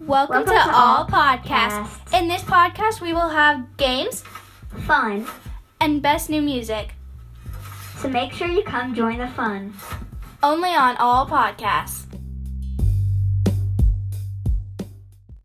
Welcome, Welcome to, to All All podcasts. Podcasts. In this podcast, we will have games Fun. and best new music, So make sure you come join the fun. only on All Podcasts.